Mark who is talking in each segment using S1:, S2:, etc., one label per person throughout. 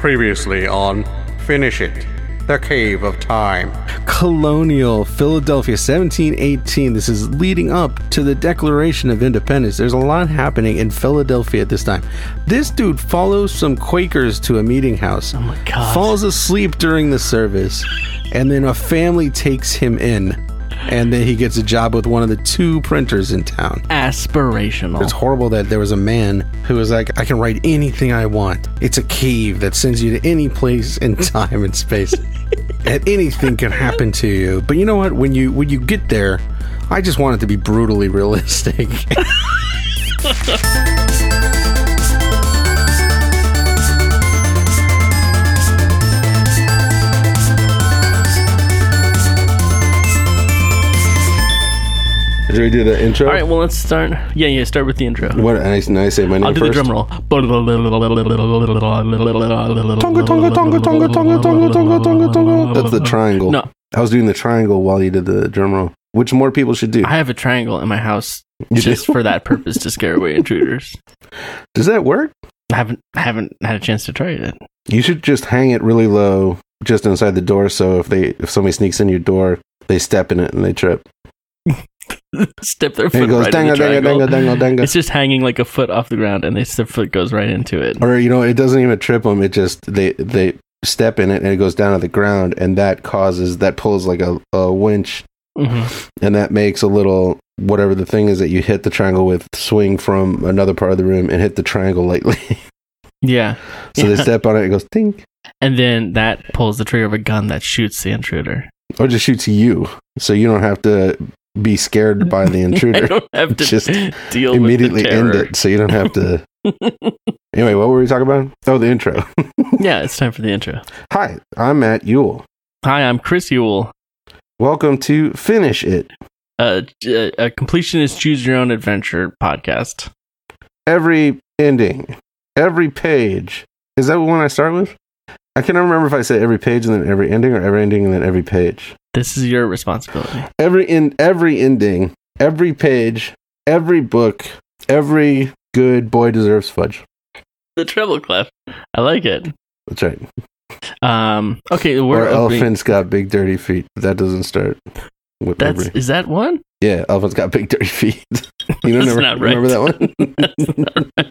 S1: Previously on Finish It, The Cave of Time.
S2: Colonial Philadelphia 1718. This is leading up to the Declaration of Independence. There's a lot happening in Philadelphia at this time. This dude follows some Quakers to a meeting house.
S3: Oh my God.
S2: Falls asleep during the service, and then a family takes him in. And then he gets a job with one of the two printers in town.
S3: Aspirational.
S2: It's horrible that there was a man who was like, I can write anything I want. It's a cave that sends you to any place in time and space. and anything can happen to you. But you know what? When you when you get there, I just want it to be brutally realistic.
S4: Did we do the intro?
S3: All right, well, let's start. Yeah, yeah, start with the intro.
S4: What? And I, now I say my name
S3: I'll do
S4: first.
S3: the drum roll.
S4: Tonga, tonga, tonga, tonga, tonga, tonga, tonga, tonga, tonga. That's the triangle.
S3: No,
S4: I was doing the triangle while you did the drum roll, which more people should do.
S3: I have a triangle in my house
S4: You
S3: just
S4: do?
S3: for that purpose to scare away intruders.
S4: Does that work?
S3: I haven't haven't had a chance to try it.
S4: You should just hang it really low, just inside the door. So if they if somebody sneaks in your door, they step in it and they trip.
S3: Step their
S4: And
S3: foot
S4: it goes
S3: right in the
S4: dangle, dangle,
S3: triangle.
S4: dangle, dangle, dangle.
S3: It's just hanging like a foot off the ground, and it's, their foot goes right into it.
S4: Or you know, it doesn't even trip them. It just they they step in it and it goes down to the ground, and that causes that pulls like a, a winch
S3: Mhm.
S4: and that makes a little whatever the thing is that you hit the triangle with swing from another part of the room and hit the triangle lightly.
S3: Yeah,
S4: so they
S3: Yeah.
S4: step on it, it goes ding,
S3: and then that pulls the trigger of a gun that shoots the intruder.
S4: or just shoots you, so you don't have to be scared by the
S3: I
S4: intruder.
S3: don't have to
S4: Just
S3: deal
S4: Immediately
S3: with the
S4: end
S3: terror.
S4: it, so you don't have to. anyway, what were we talking about? Oh, the intro.
S3: yeah, it's time for the intro.
S4: Hi, I'm Matt Yule.
S3: Hi, I'm Chris Yule.
S4: Welcome to Finish It.
S3: Uh, j- a completionist choose your own adventure podcast.
S4: every ending, every page. Is that one I start with? I can't remember if I said every page and then every ending or every ending and then every page.
S3: This is your responsibility.
S4: Every in every ending, every page, every book, every good boy deserves fudge.
S3: The treble clef. I like it.
S4: That's right.
S3: Um. Okay,
S4: Or
S3: we're opening.
S4: elephants got big dirty feet. That doesn't start with
S3: That's
S4: every.
S3: is that one?
S4: Yeah, elephants got big dirty feet. you don't
S3: That's
S4: ever
S3: not right.
S4: remember that one?
S3: That's not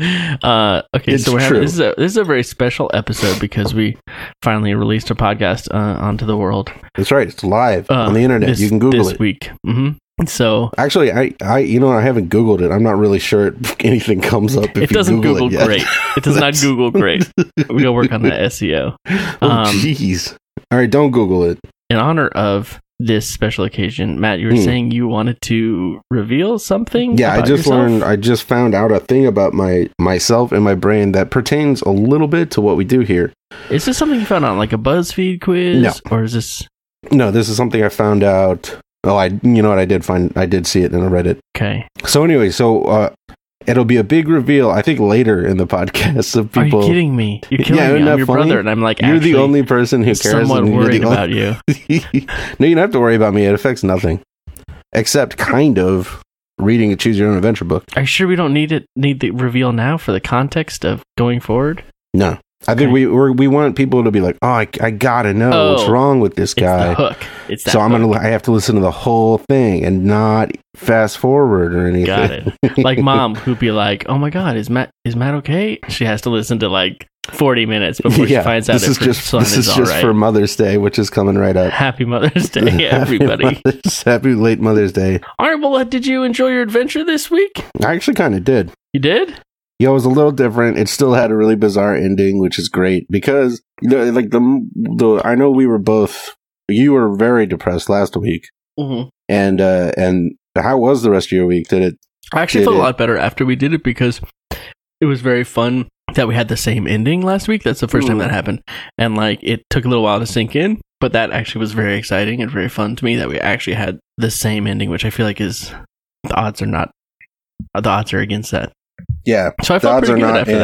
S3: right. Uh, okay,
S4: It's
S3: so we're
S4: true.
S3: having this is a this is a very special episode because we finally released a podcast uh, onto the world
S4: That's right. It's live
S3: uh,
S4: on the internet.
S3: this-
S4: you can Google
S3: this
S4: it.
S3: week. hmm So
S4: Actually, I, I, you know, I haven't Googled it. I'm not really sure if anything comes up. If
S3: it
S4: you
S3: doesn't Google,
S4: yet.
S3: great. It does not
S4: That's-
S3: Google great. We gotta work on that SEO.
S4: Oh,
S3: Um,
S4: jeez. All right, don't Google it.
S3: In honor of this special occasion, Matt, you were
S4: Hmm.
S3: saying you wanted to reveal something.
S4: Yeah, I
S3: about
S4: just
S3: yourself?
S4: learned. I just found out a thing about my myself and my brain that pertains a little bit to what we do here.
S3: Is this something you found on like a BuzzFeed quiz?
S4: No.
S3: Or is this
S4: No, this is something I found out. Oh, I, you know what? I did find. I did see it in a Reddit.
S3: okay?
S4: So anyway, so uh, it'll be a big reveal. I think later in the podcast of people.
S3: Are you kidding me? You're
S4: Yeah,
S3: killing me.
S4: isn't
S3: I'm
S4: that
S3: your
S4: funny?
S3: brother, and I'm like,
S4: You're
S3: actually
S4: the only person who cares.
S3: somewhat
S4: and you're the
S3: worried
S4: only-
S3: about you.
S4: no, you don't have to worry about me. It affects nothing, except kind of reading a choose your own adventure book.
S3: Are you sure we don't need it? Need the reveal now for the context of going forward?
S4: No, I
S3: Okay.
S4: think we we're, we want people to be like, oh, I, I gotta know what's
S3: Oh,
S4: wrong with this guy.
S3: It's the hook. It's that
S4: So I'm
S3: hook.
S4: gonna I have to listen to the whole thing and not fast forward or anything.
S3: Got it. Like mom who'd be like, "Oh my god, is Matt is Matt okay?" She has to listen to like 40 minutes before she finds out
S4: this
S3: if
S4: is
S3: her
S4: just
S3: son
S4: this is,
S3: all
S4: just
S3: right.
S4: for Mother's Day, which is coming right up.
S3: Happy Mother's Day, everybody!
S4: happy, Mother's- happy late Mother's Day.
S3: all right, well, uh, did you enjoy your adventure this week?
S4: I actually kind of did.
S3: You did.
S4: Yeah, it was a little different. It still had a really bizarre ending, which is great because you know, like the the I know we were both you were very depressed last week,
S3: Mm-hmm.
S4: and uh and how was the rest of your week? Did it?
S3: I actually
S4: Did
S3: felt
S4: it.
S3: a lot better after we did it because it was very fun that we had the same ending last week. That's the first time
S4: Mm.
S3: that happened, and like it took a little while to sink in, but that actually was very exciting and very fun to me that we actually had the same ending, which I feel like is the odds are not uh, the odds are against that.
S4: Yeah,
S3: So I
S4: The
S3: felt
S4: odds
S3: pretty
S4: are
S3: good
S4: not
S3: after
S4: in.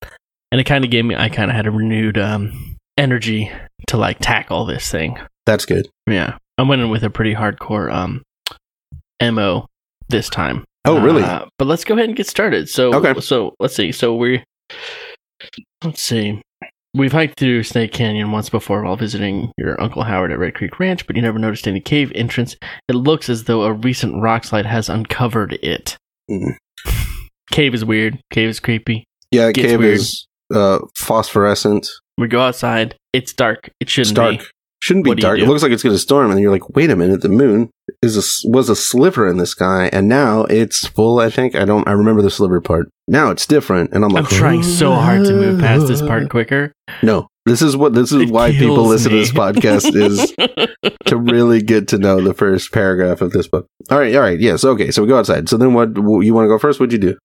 S3: that. And it kind of gave me, I kind of had a renewed um, energy to like tackle this thing.
S4: that's good.
S3: Yeah. I went in with a pretty hardcore um, MO this time.
S4: Oh, really?
S3: Uh, but let's go ahead and get started. So,
S4: Okay.
S3: so let's see. So we, let's see. We've hiked through Snake Canyon once before while visiting your Uncle Howard at Red Creek Ranch, but you never noticed any cave entrance. It looks as though a recent rock slide has uncovered it.
S4: Mm.
S3: Cave is weird. Cave is creepy.
S4: Yeah, the
S3: Gets
S4: cave
S3: weird.
S4: is uh, phosphorescent.
S3: We go outside. It's dark. It
S4: It's
S3: shouldn't
S4: dark.
S3: be.
S4: Shouldn't be
S3: What do you
S4: dark. It
S3: do?
S4: looks like it's going to storm, and you're like, wait a minute, the moon is a s was a sliver in the sky, and now it's full. I think I don't. I remember the sliver part. Now it's different, and I'm
S3: I'm
S4: like,
S3: trying so hard to move past this part quicker.
S4: no. This is what this is
S3: It
S4: why people
S3: kills
S4: listen
S3: me.
S4: to this podcast is to really get to know the first paragraph of this book. All right, all right, yes, okay. So we go outside. So then, what w- you want to go first? What'd you do?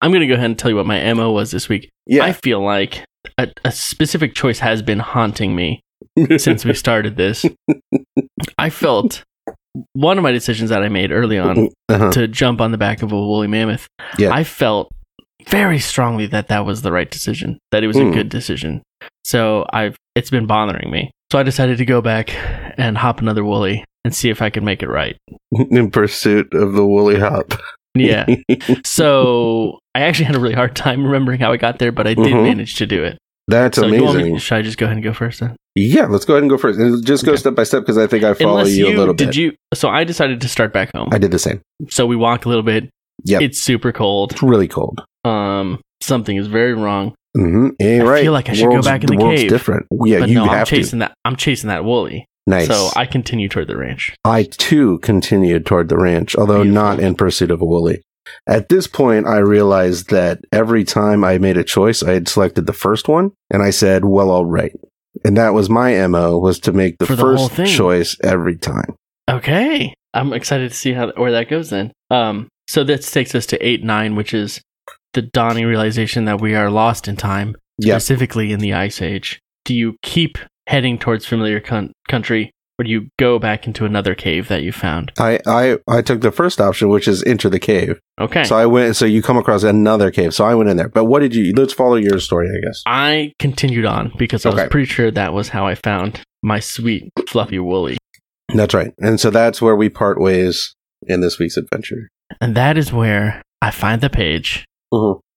S3: I'm gonna go ahead and tell you what my mo was this week. I
S4: Yeah,
S3: feel like a, a specific choice has been haunting me since we started this. I felt one of my decisions that I made early on
S4: uh-huh.
S3: to jump on the back of a woolly mammoth.
S4: Yeah.
S3: I felt very strongly that that was the right decision, that it was
S4: Hmm.
S3: a good decision. So I've it's been bothering me. So I decided to go back and hop another woolly and see if I could make it right.
S4: in pursuit of the woolly hop.
S3: Yeah. so I actually had a really hard time remembering how I got there, but I did
S4: Mhm.
S3: manage to do it.
S4: That's
S3: so you want
S4: amazing.
S3: me- should I just go ahead and go first then?
S4: yeah, let's go ahead and go first. And just go
S3: Okay.
S4: step by step because I think I follow you, a little
S3: did
S4: bit.
S3: you so I decided to start back home.
S4: I did the same.
S3: so we walk a little bit.
S4: Yep.
S3: It's super cold.
S4: It's really cold.
S3: Um something is very wrong.
S4: Mm-hmm. Yeah,
S3: I
S4: right.
S3: feel like I should go back in the
S4: world's
S3: cave.
S4: different. Yeah,
S3: but
S4: you
S3: no, I'm
S4: have to.
S3: chasing that I'm chasing that woolly.
S4: Nice.
S3: So
S4: I,
S3: I continue toward the ranch.
S4: too continued toward the ranch, although
S3: Beautiful.
S4: not in pursuit of a woolly. At this point, I realized that every time I made a choice, I had selected the first one, and I said, "Well, all right." And that was my mo was to make the
S3: For the whole
S4: first
S3: thing.
S4: choice every time.
S3: Okay. I'm excited to see how where that goes then. Um so this takes us to 8 9 which is the dawning realization that we are lost in time,
S4: Yeah.
S3: specifically in the ice age. Do you keep heading towards familiar con- country or do you go back into another cave that you found?
S4: I, I I took the first option, which is enter the cave.
S3: Okay.
S4: So I went. So you come across another cave. So I went in there. But what did you? Let's follow your story, I guess.
S3: I continued on because I
S4: Okay.
S3: was pretty sure that was how I found my sweet fluffy woolly.
S4: That's right. And so that's where we part ways in this week's adventure.
S3: And that is where I find the page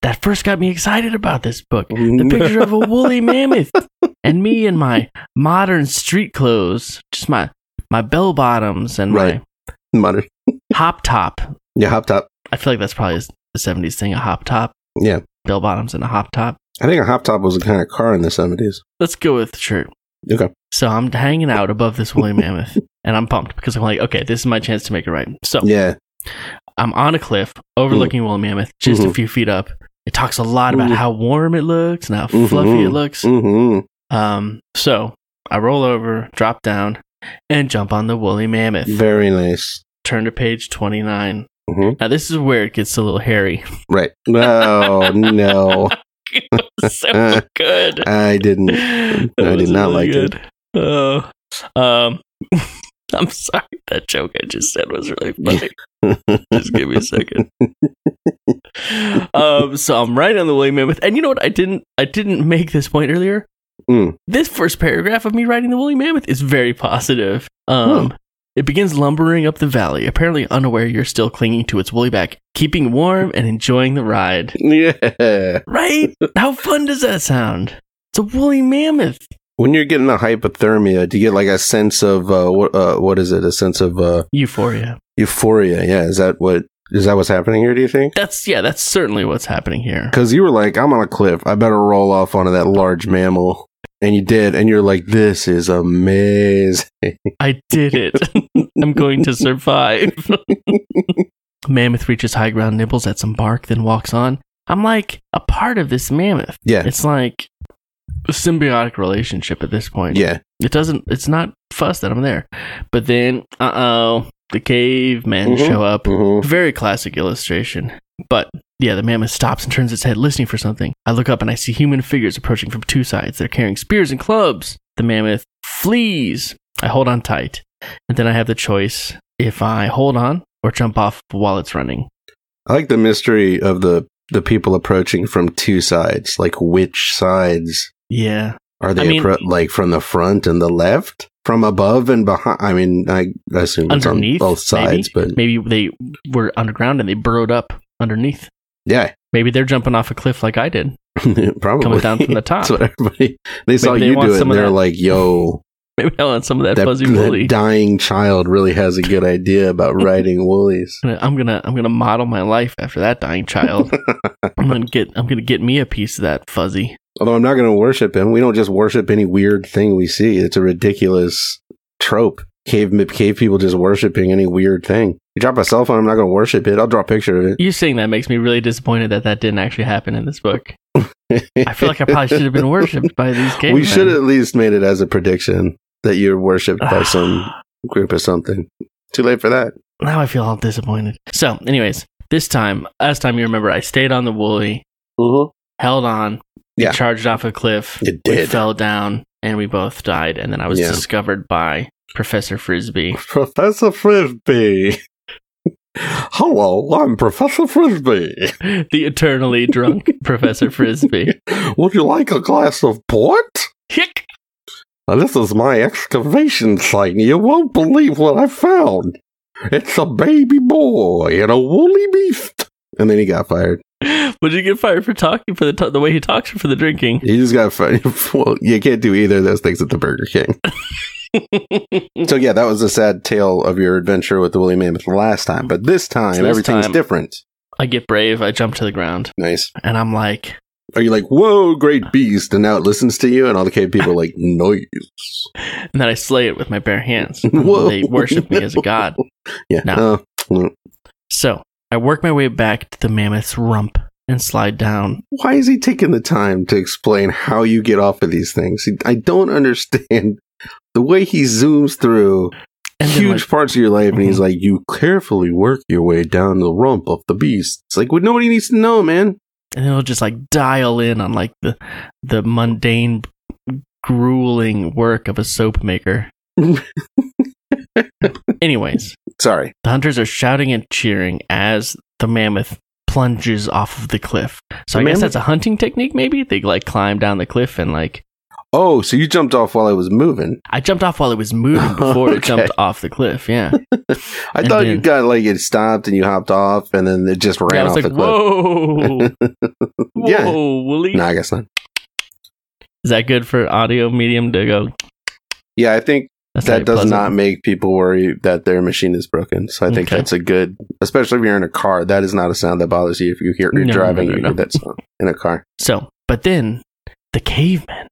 S3: that first got me excited about this book. Mm-hmm.
S4: Mm-hmm.
S3: The picture of a woolly mammoth and me in my modern street clothes, just my my bell bottoms and
S4: Right. Modern.
S3: my hop top.
S4: Yeah, hop top.
S3: I feel like that's probably a 70s thing, a hop top,
S4: Yeah.
S3: bell bottoms and a hop top.
S4: I think a hop top was the kind of car in the 70s.
S3: Let's go with shirt.
S4: Okay.
S3: So I'm hanging out above this woolly mammoth and I'm pumped because I'm like, okay, this is my chance to make it right. So
S4: Yeah.
S3: I'm on a cliff overlooking Woolly Mammoth, just a
S4: Mhm.
S3: few feet up. It talks a lot about
S4: Mhm.
S3: how warm it looks and how fluffy
S4: Mhm.
S3: it looks.
S4: hmm
S3: Um, so I roll over, drop down, and jump on the Woolly Mammoth.
S4: Very nice.
S3: Turn to page 29.
S4: hmm
S3: Now, this is where it gets a little hairy.
S4: Right. No, no.
S3: it was so good.
S4: I didn't.
S3: I
S4: did not like it.
S3: it. Oh, um, I'm sorry. That joke I just said was really funny. just give me a second. um, so I'm right on the woolly mammoth, and you know what? I didn't. I didn't make this point earlier.
S4: Mm.
S3: This first paragraph of me writing the woolly mammoth is very positive. Um, It begins lumbering up the valley, apparently unaware you're still clinging to its woolly back, keeping warm and enjoying the ride.
S4: Yeah.
S3: Right? How fun does that sound? It's a woolly mammoth.
S4: When you're getting a hypothermia, do you get like a sense of uh, what? Uh, what is it? A sense of uh,
S3: Euphoria.
S4: euphoria? Yeah. Is that what? Is that what's happening here? Do you think?
S3: That's yeah, that's certainly what's happening here.
S4: Because you were like, I'm on a cliff. I better roll off onto that large mammal. And you did. And you're like, this is amazing.
S3: I did it. I'm going to survive. mammoth reaches high ground, nibbles at some bark, then walks on. I'm like a part of this mammoth.
S4: Yeah.
S3: It's like a symbiotic relationship at this point.
S4: Yeah.
S3: It doesn't it's not fuss that I'm there. But then uh oh, the cavemen
S4: Mhm.
S3: show up.
S4: hmm
S3: Very classic illustration. But yeah, the mammoth stops and turns its head, listening for something. I look up and I see human figures approaching from two sides. They're carrying spears and clubs. The mammoth flees. I hold on tight. And then I have the choice if I hold on or jump off while it's running.
S4: I like the mystery of the, the people approaching from two sides. Like, which sides
S3: Yeah.
S4: are they?
S3: I mean-
S4: appro- like, from the front and the left? From above and behind? I mean, I I assume it's on
S3: Underneath.
S4: both sides,
S3: maybe.
S4: but
S3: maybe they were underground and they burrowed up underneath.
S4: yeah.
S3: Maybe they're jumping off a cliff like I did.
S4: Probably
S3: Coming down from the top.
S4: That's what everybody. They saw
S3: they
S4: you
S3: want
S4: do it.
S3: some
S4: and
S3: of
S4: They're
S3: that
S4: like, "Yo,
S3: Maybe I'll let some of that,
S4: that,
S3: fuzzy
S4: that
S3: woolly.
S4: dying child really has a good idea about riding woolies."
S3: I'm gonna I'm gonna model my life after that dying child. I'm gonna get I'm gonna get me a piece of that fuzzy.
S4: Although I'm not going to worship him. We don't just worship any weird thing we see. It's a ridiculous trope. Cave cave people just worshiping any weird thing. You drop a cell phone, I'm not going to worship it. I'll draw a picture of it.
S3: You saying that makes me really disappointed that that didn't actually happen in this book. I feel like I probably should have been worshipped by these cavemen.
S4: we should at least made it as a prediction that you're worshipped by some group or something. Too late for that.
S3: Now I feel all disappointed. So, anyways, this time, last time you remember, I stayed on the woolly,
S4: Mm-hmm.
S3: held on,
S4: Yeah.
S3: charged off a cliff,
S4: It
S3: we
S4: did.
S3: fell down, and we both died. And then I was
S4: Yeah.
S3: discovered by Professor Frisbee.
S4: Professor Frisbee. Hello, I'm Professor Frisbee.
S3: the eternally drunk Professor Frisbee.
S4: Would you like a glass of port?
S3: Hick!
S4: Now, this is my excavation site, and you won't believe what I found. It's a baby boy and a woolly beast. And then he got fired.
S3: Would you get fired for talking for the t- the way he talks or for the drinking?
S4: He just got fired. well, you can't do either of those things at the Burger King. so yeah, that was a sad tale of your adventure with the woolly mammoth last time. But this time,
S3: So this
S4: everything's
S3: time-
S4: different.
S3: I get brave. I jump to the ground,
S4: Nice.
S3: and I'm like,
S4: Are you like, whoa, great beast, and now it listens to you, and all the cave people are like, noise.
S3: and then I slay it with my bare hands.
S4: Whoa.
S3: They worship me as a god.
S4: Yeah.
S3: No.
S4: Uh, mm.
S3: So I work my way back to the mammoth's rump and slide down.
S4: why is he taking the time to explain how you get off of these things? He- I don't understand the way he zooms through
S3: And then,
S4: huge
S3: like, mm-hmm.
S4: parts of your life, and he's like, "You carefully work your way down the rump of the beast." It's like, well, nobody needs to know, man.
S3: and it'll just like dial in on like the the mundane, grueling work of a soap maker. Anyways,
S4: Sorry.
S3: the hunters are shouting and cheering as the mammoth plunges off of the cliff. So
S4: The
S3: I guess
S4: mammoth-
S3: that's a hunting technique. Maybe they like climb down the cliff and like
S4: Oh, so you jumped off while I was moving.
S3: I jumped off while it was moving before it
S4: Okay.
S3: jumped off the cliff. Yeah,
S4: I
S3: And
S4: thought you
S3: then-
S4: got like it stopped and you hopped off, and then it just
S3: Yeah, I
S4: ran
S3: was
S4: off
S3: like,
S4: the cliff.
S3: whoa, whoa,
S4: Yeah.
S3: Wooly.
S4: No, I guess not.
S3: Is that good for audio medium to go?
S4: Yeah, I think
S3: That's
S4: that does
S3: pleasant.
S4: not make people worry that their machine is broken. So I think
S3: Okay.
S4: that's a good, especially if you're in a car. That is not a sound that bothers you if you hear you're
S3: No,
S4: driving.
S3: no, no,
S4: you
S3: no.
S4: hear that sound in a car.
S3: So, but then the cavemen,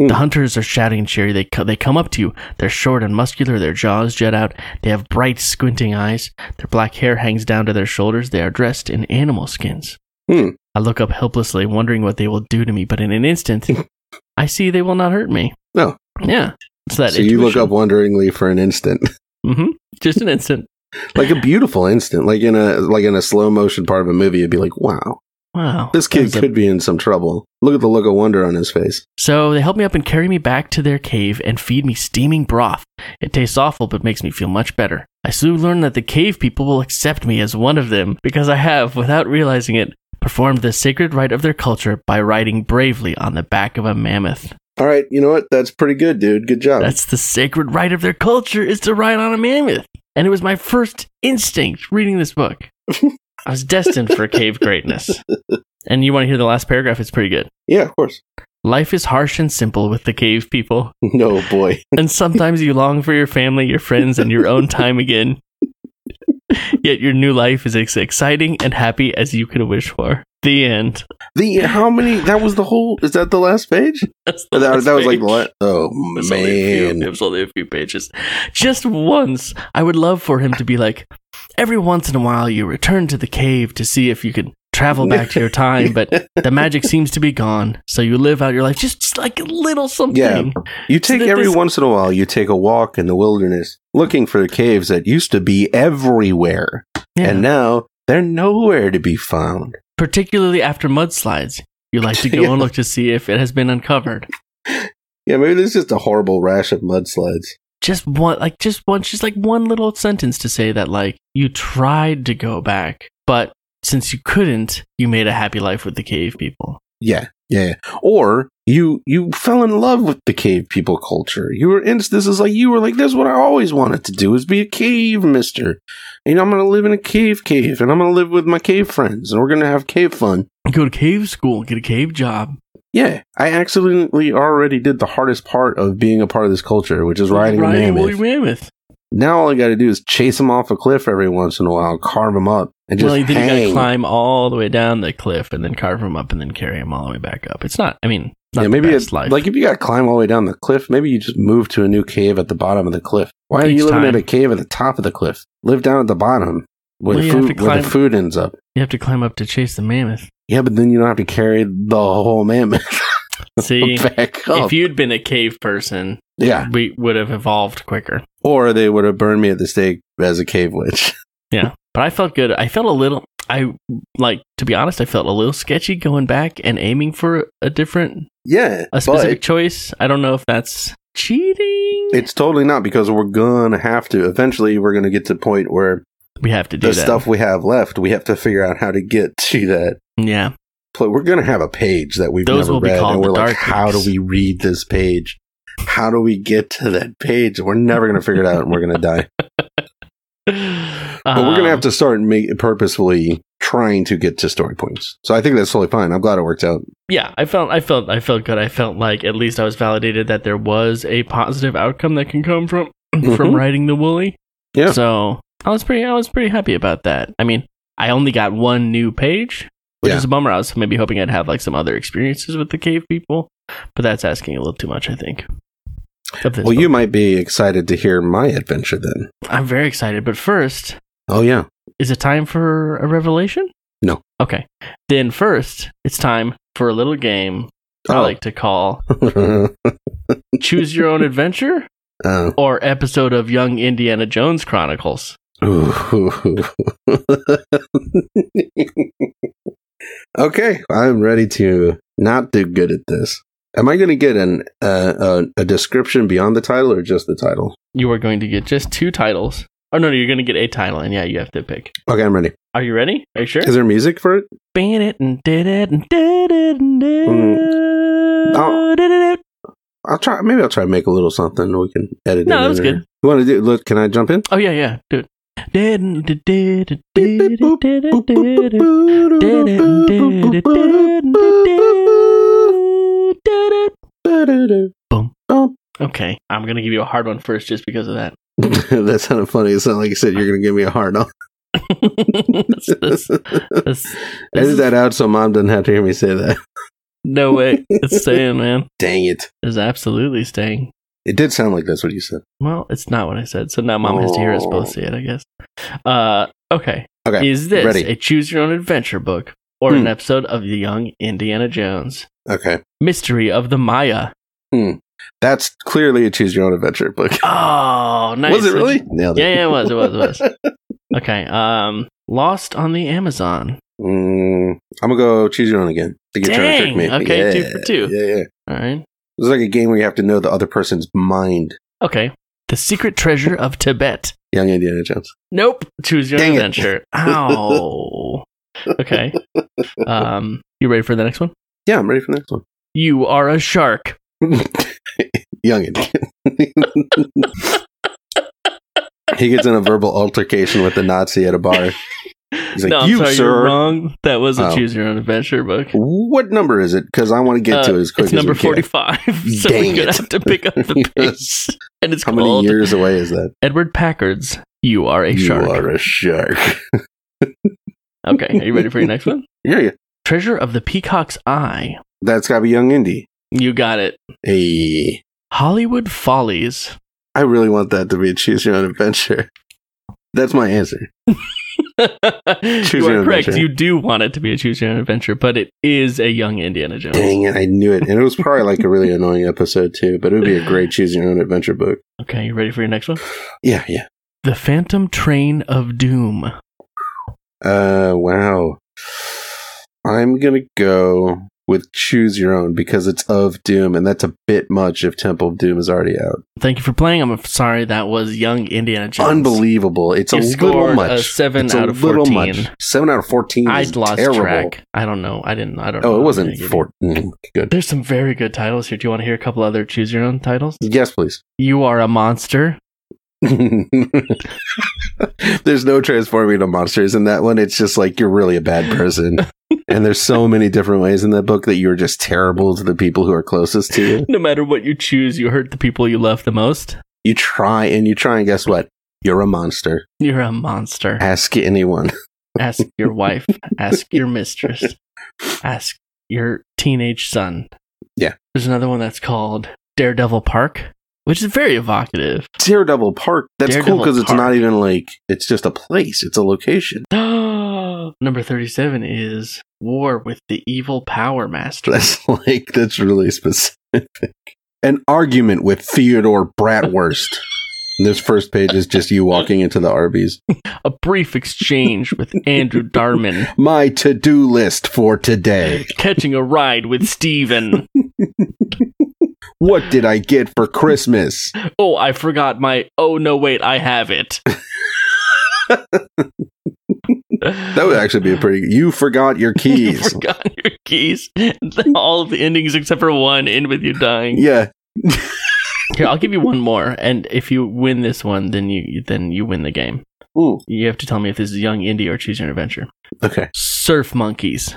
S4: Mm.
S3: the hunters are shouting and cheering. They co- they come up to you. They're short and muscular. Their jaws jut out. They have bright squinting eyes. Their black hair hangs down to their shoulders. They are dressed in animal skins.
S4: Mm.
S3: I look up helplessly, wondering what they will do to me. But in an instant, I see they will not hurt me.
S4: No.
S3: Yeah. So that
S4: Oh. so you look up wonderingly for an instant,
S3: hmm Just an instant.
S4: like a beautiful instant, like in a like in a slow motion part of a movie. You'd be like, wow,
S3: Wow.
S4: this
S3: That
S4: kid
S3: was a
S4: could be in some trouble. Look at the look of wonder on his face.
S3: So they help me up and carry me back to their cave and feed me steaming broth. It tastes awful, but makes me feel much better. I soon learn that the cave people will accept me as one of them because I have, without realizing it, performed the sacred rite of their culture by riding bravely on the back of a mammoth.
S4: All right, you know what? That's pretty good, dude. Good job.
S3: That's the sacred rite of their culture is to ride on a mammoth. And it was my first instinct reading this book. I was destined for cave greatness. And you want to hear the last paragraph? It's pretty good.
S4: yeah, of course.
S3: Life is harsh and simple with the cave people.
S4: No boy.
S3: And sometimes you long for your family, your friends, and your own time again. Yet your new life is as exciting and happy as you could wish for. The end.
S4: The how many? That was the whole. Is that the last page?
S3: That's the
S4: That, that
S3: last
S4: was like
S3: page.
S4: the last. Oh
S3: It was only a few-
S4: man.
S3: it was only a few pages. Just once, I would love for him to be like, every once in a while you return to the cave to see if you can travel back to your time, but the magic seems to be gone. So you live out your life just, just like a little something.
S4: You take
S3: that
S4: every
S3: this-
S4: once in a while, you take a walk in the wilderness looking for caves that used to be everywhere.
S3: Yeah.
S4: And now they're nowhere to be found.
S3: particularly after mudslides. You like to go
S4: Yeah.
S3: and look to see if it has been uncovered.
S4: Yeah, maybe there's just a horrible rash of mudslides.
S3: Just one, like just one, just like one little sentence to say that like you tried to go back, but since you couldn't, you made a happy life with the cave people.
S4: Yeah. Yeah. Or you you fell in love with the cave people culture. You were in this is like you were like, this is what I always wanted to do is be a cave mister. And I'm gonna live in a cave cave and I'm gonna live with my cave friends and we're gonna have cave fun.
S3: Go to cave school, get a cave job.
S4: Yeah. I accidentally already did the hardest part of being a part of this culture, which is riding, a
S3: Riding
S4: mammoth.
S3: woolly mammoth.
S4: Now all I gotta do is chase them off a cliff every once in a while, carve them up, and just
S3: well, then you
S4: hang.
S3: gotta climb all the way down the cliff and then carve them up and then carry them all the way back up. It's not. I mean, not
S4: yeah,
S3: the
S4: maybe
S3: best
S4: it's
S3: life.
S4: like if you got to climb all the way down the cliff, maybe you just move to a new cave at the bottom of the cliff. Why are
S3: Each
S4: you living
S3: time.
S4: at a cave at the top of the cliff? Live down at the bottom where,
S3: Well,
S4: the,
S3: you have
S4: food,
S3: to
S4: where the
S3: climb-
S4: food ends up.
S3: you have to climb up to chase the mammoth.
S4: Yeah, but then you don't have to carry the whole mammoth
S3: See,
S4: back up.
S3: if you'd been a cave person,
S4: yeah,
S3: we would have evolved quicker.
S4: or they would have burned me at the stake as a cave witch.
S3: But I felt good. I felt a little. I like to be honest. I felt a little sketchy going back and aiming for a different,
S4: yeah,
S3: a specific choice. I don't know if that's cheating.
S4: but it's totally not because we're gonna have to. Eventually, we're gonna get to the point where
S3: we have to do
S4: the
S3: that.
S4: stuff we have left, we have to figure out how to get to that
S3: Yeah,
S4: But we're gonna have a page that we've
S3: Those
S4: never
S3: will be
S4: read,
S3: called
S4: and we're
S3: the
S4: like,
S3: dark
S4: how do
S3: books.
S4: we read this page? How do we get to that page? We're never gonna figure it out, and we're gonna die. But we're gonna
S3: Um,
S4: have to start make, purposefully trying to get to story points. So I think that's totally fine. I'm glad it worked out.
S3: yeah i felt i felt i felt good i felt like at least i was validated that there was a positive outcome that can come from from
S4: Mhm.
S3: riding the woolly
S4: Yeah.
S3: so i was pretty i was pretty happy about that i mean i only got one new page which
S4: Yeah.
S3: is a bummer i was maybe hoping i'd have like some other experiences with the cave people but that's asking a little too much i think Of this
S4: Well, you
S3: book.
S4: might be excited to hear my adventure then.
S3: i'm very excited but first
S4: Oh yeah,
S3: is it time for a revelation
S4: No.
S3: okay then first it's time for a little game i
S4: Oh.
S3: like to call choose your own adventure
S4: Uh,
S3: or episode of Young Indiana Jones Chronicles.
S4: ooh. okay, I'm ready to not do good at this. Am I going to get an uh, a, a description beyond the title or just the title?
S3: You are going to get just two titles. Oh no, no, you're going to get a title, and yeah, you have to pick.
S4: Okay, I'm ready.
S3: Are you ready? Are you sure?
S4: Is there music for it?
S3: Ban it and did it and did it and did it.
S4: Mm. Oh.
S3: did it.
S4: I'll try. Maybe I'll try to make a little something. We can edit.
S3: No,
S4: it
S3: that
S4: in
S3: was
S4: or-
S3: good.
S4: You want to do? Look, can I jump in?
S3: Oh yeah, yeah, do it. Did it, did it, did
S4: Beep, beep,
S3: it,
S4: boop,
S3: did it,
S4: boop,
S3: did
S4: boop,
S3: it.
S4: boop,
S3: Did it, did it, did it, did it, did it.
S4: boop,
S3: Boom.
S4: boop.
S3: Okay, I'm gonna give you a hard one first, just because of that.
S4: that sounded funny. It sounded like you said you're going to give me a hard on.
S3: This- this- this- this
S4: Edit
S3: is-
S4: that out so mom doesn't have to hear me say that.
S3: No way. It's staying, man.
S4: Dang it.
S3: It's absolutely staying.
S4: It did sound like that's what you said.
S3: Well, it's not what I said. So now mom has to hear us both say it, I guess. Uh, okay.
S4: Okay,
S3: Is this
S4: ready.
S3: a choose your own adventure book or an
S4: Hmm.
S3: episode of The Young Indiana Jones?
S4: Okay.
S3: Mystery of the Maya.
S4: That's clearly a choose your own adventure book.
S3: Oh, nice.
S4: Was it really? Nailed
S3: Yeah, yeah, it was. It was. It was. okay. Um, Lost on the Amazon.
S4: Mm, I'm going to go choose your own again. I think you're trying to trick
S3: Dang,
S4: me.
S3: okay,
S4: Yeah,
S3: two for two.
S4: Yeah, yeah.
S3: All right.
S4: It's like a game where you have to know the other person's mind.
S3: Okay. The Secret Treasure of Tibet.
S4: Young Indiana Jones.
S3: Nope. Choose your
S4: Dang
S3: own
S4: it.
S3: adventure. Ow. okay. Um, you ready for the next one?
S4: Yeah, I'm ready for the next one.
S3: You are a shark.
S4: Young Indiana. he gets in a verbal altercation with the Nazi at a bar. He's like,
S3: no, I'm
S4: "You,
S3: sorry,
S4: sir."
S3: you're wrong. That was a
S4: Oh.
S3: choose your own adventure book.
S4: What number is it? Because I want to get to
S3: Uh,
S4: it as quick
S3: it's
S4: as
S3: number
S4: we can.
S3: 45, so we're
S4: Dang
S3: going
S4: it.
S3: to have to pick up the
S4: Yes.
S3: pace. and it's
S4: How many
S3: called
S4: years away is that?
S3: Edward Packard's You Are a
S4: you
S3: Shark.
S4: are a shark.
S3: okay, are you ready for your next one?
S4: yeah, yeah.
S3: Treasure of the Peacock's Eye.
S4: That's got to be Young Indy.
S3: You got it.
S4: Hey,
S3: Hollywood Follies.
S4: I really want that to be a choose your own adventure. That's my answer.
S3: you
S4: your
S3: are
S4: own
S3: correct.
S4: adventure.
S3: You do want it to be a choose your own adventure, but it is a young Indiana Jones.
S4: Dang it, I knew it. And it was probably like a really annoying episode too, but it would be a great choose your own adventure book.
S3: Okay, you ready for your next one?
S4: Yeah, yeah.
S3: The Phantom Train of Doom.
S4: Uh, wow. I'm gonna go. with Choose Your Own because it's of Doom, and that's a bit much if Temple of Doom is already out.
S3: Thank you for playing. I'm sorry that was young Indiana Jones.
S4: Unbelievable! It's
S3: You
S4: a little
S3: scored
S4: much.
S3: a seven
S4: It's
S3: out of 14.
S4: Seven out of fourteen.
S3: I
S4: is
S3: lost
S4: terrible.
S3: track. I don't know. I didn't. I don't. know.
S4: Oh, it
S3: I'm
S4: wasn't mm.
S3: gonna give you-
S4: fourteen. Good.
S3: There's some very good titles here. Do you want to hear a couple other choose your own titles?
S4: Yes, please.
S3: You are a monster.
S4: there's no transforming into monsters in that one. It's just like you're really a bad person. and there's so many different ways in that book that you're just terrible to the people who are closest to you.
S3: No matter what you choose, you hurt the people you love the most.
S4: You try and you try, and guess what? You're a monster.
S3: You're a monster.
S4: Ask anyone.
S3: Ask your wife. Ask your mistress. Ask your teenage son.
S4: Yeah.
S3: There's another one that's called Daredevil Park, which is very evocative.
S4: Daredevil Park. That's cool
S3: Daredevil
S4: because it's
S3: Park.
S4: not even like it's just a place. It's a location.
S3: Number 37 is War with the Evil Power Master.
S4: That's like that's really specific. An argument with Theodore Bratwurst. this first page is just you walking into the Arby's.
S3: a brief exchange with Andrew Darman.
S4: My to-do list for today.
S3: Catching a ride with Steven.
S4: What did I get for Christmas?
S3: Oh, I forgot my. Oh, no, wait, I have it.
S4: That would actually be a pretty. You forgot your
S3: You
S4: keys.
S3: forgot your keys. All of the endings except for one end with you dying.
S4: yeah,
S3: Here, I'll give you one more, and if you win this one, then you then you win the game.
S4: Ooh.
S3: You have to tell me if this is Young Indie or Choose Your Own Adventure.
S4: Okay.
S3: Surf Monkeys.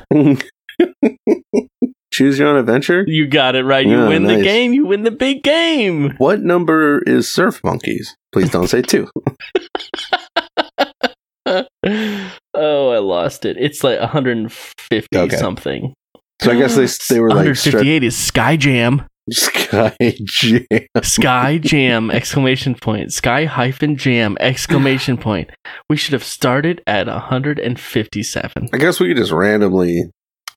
S4: Choose your own adventure.
S3: You got it right. You
S4: Yeah,
S3: win the
S4: nice.
S3: game. You win the big game.
S4: What number is Surf Monkeys? Please don't say two.
S3: oh, I lost it. It's like 150
S4: Okay.
S3: something.
S4: So I guess they they were like stra-
S3: 158 is Sky Jam.
S4: Sky Jam.
S3: Sky Jam exclamation point. Sky hyphen Jam exclamation point. We should have started at 157.
S4: I guess we could just randomly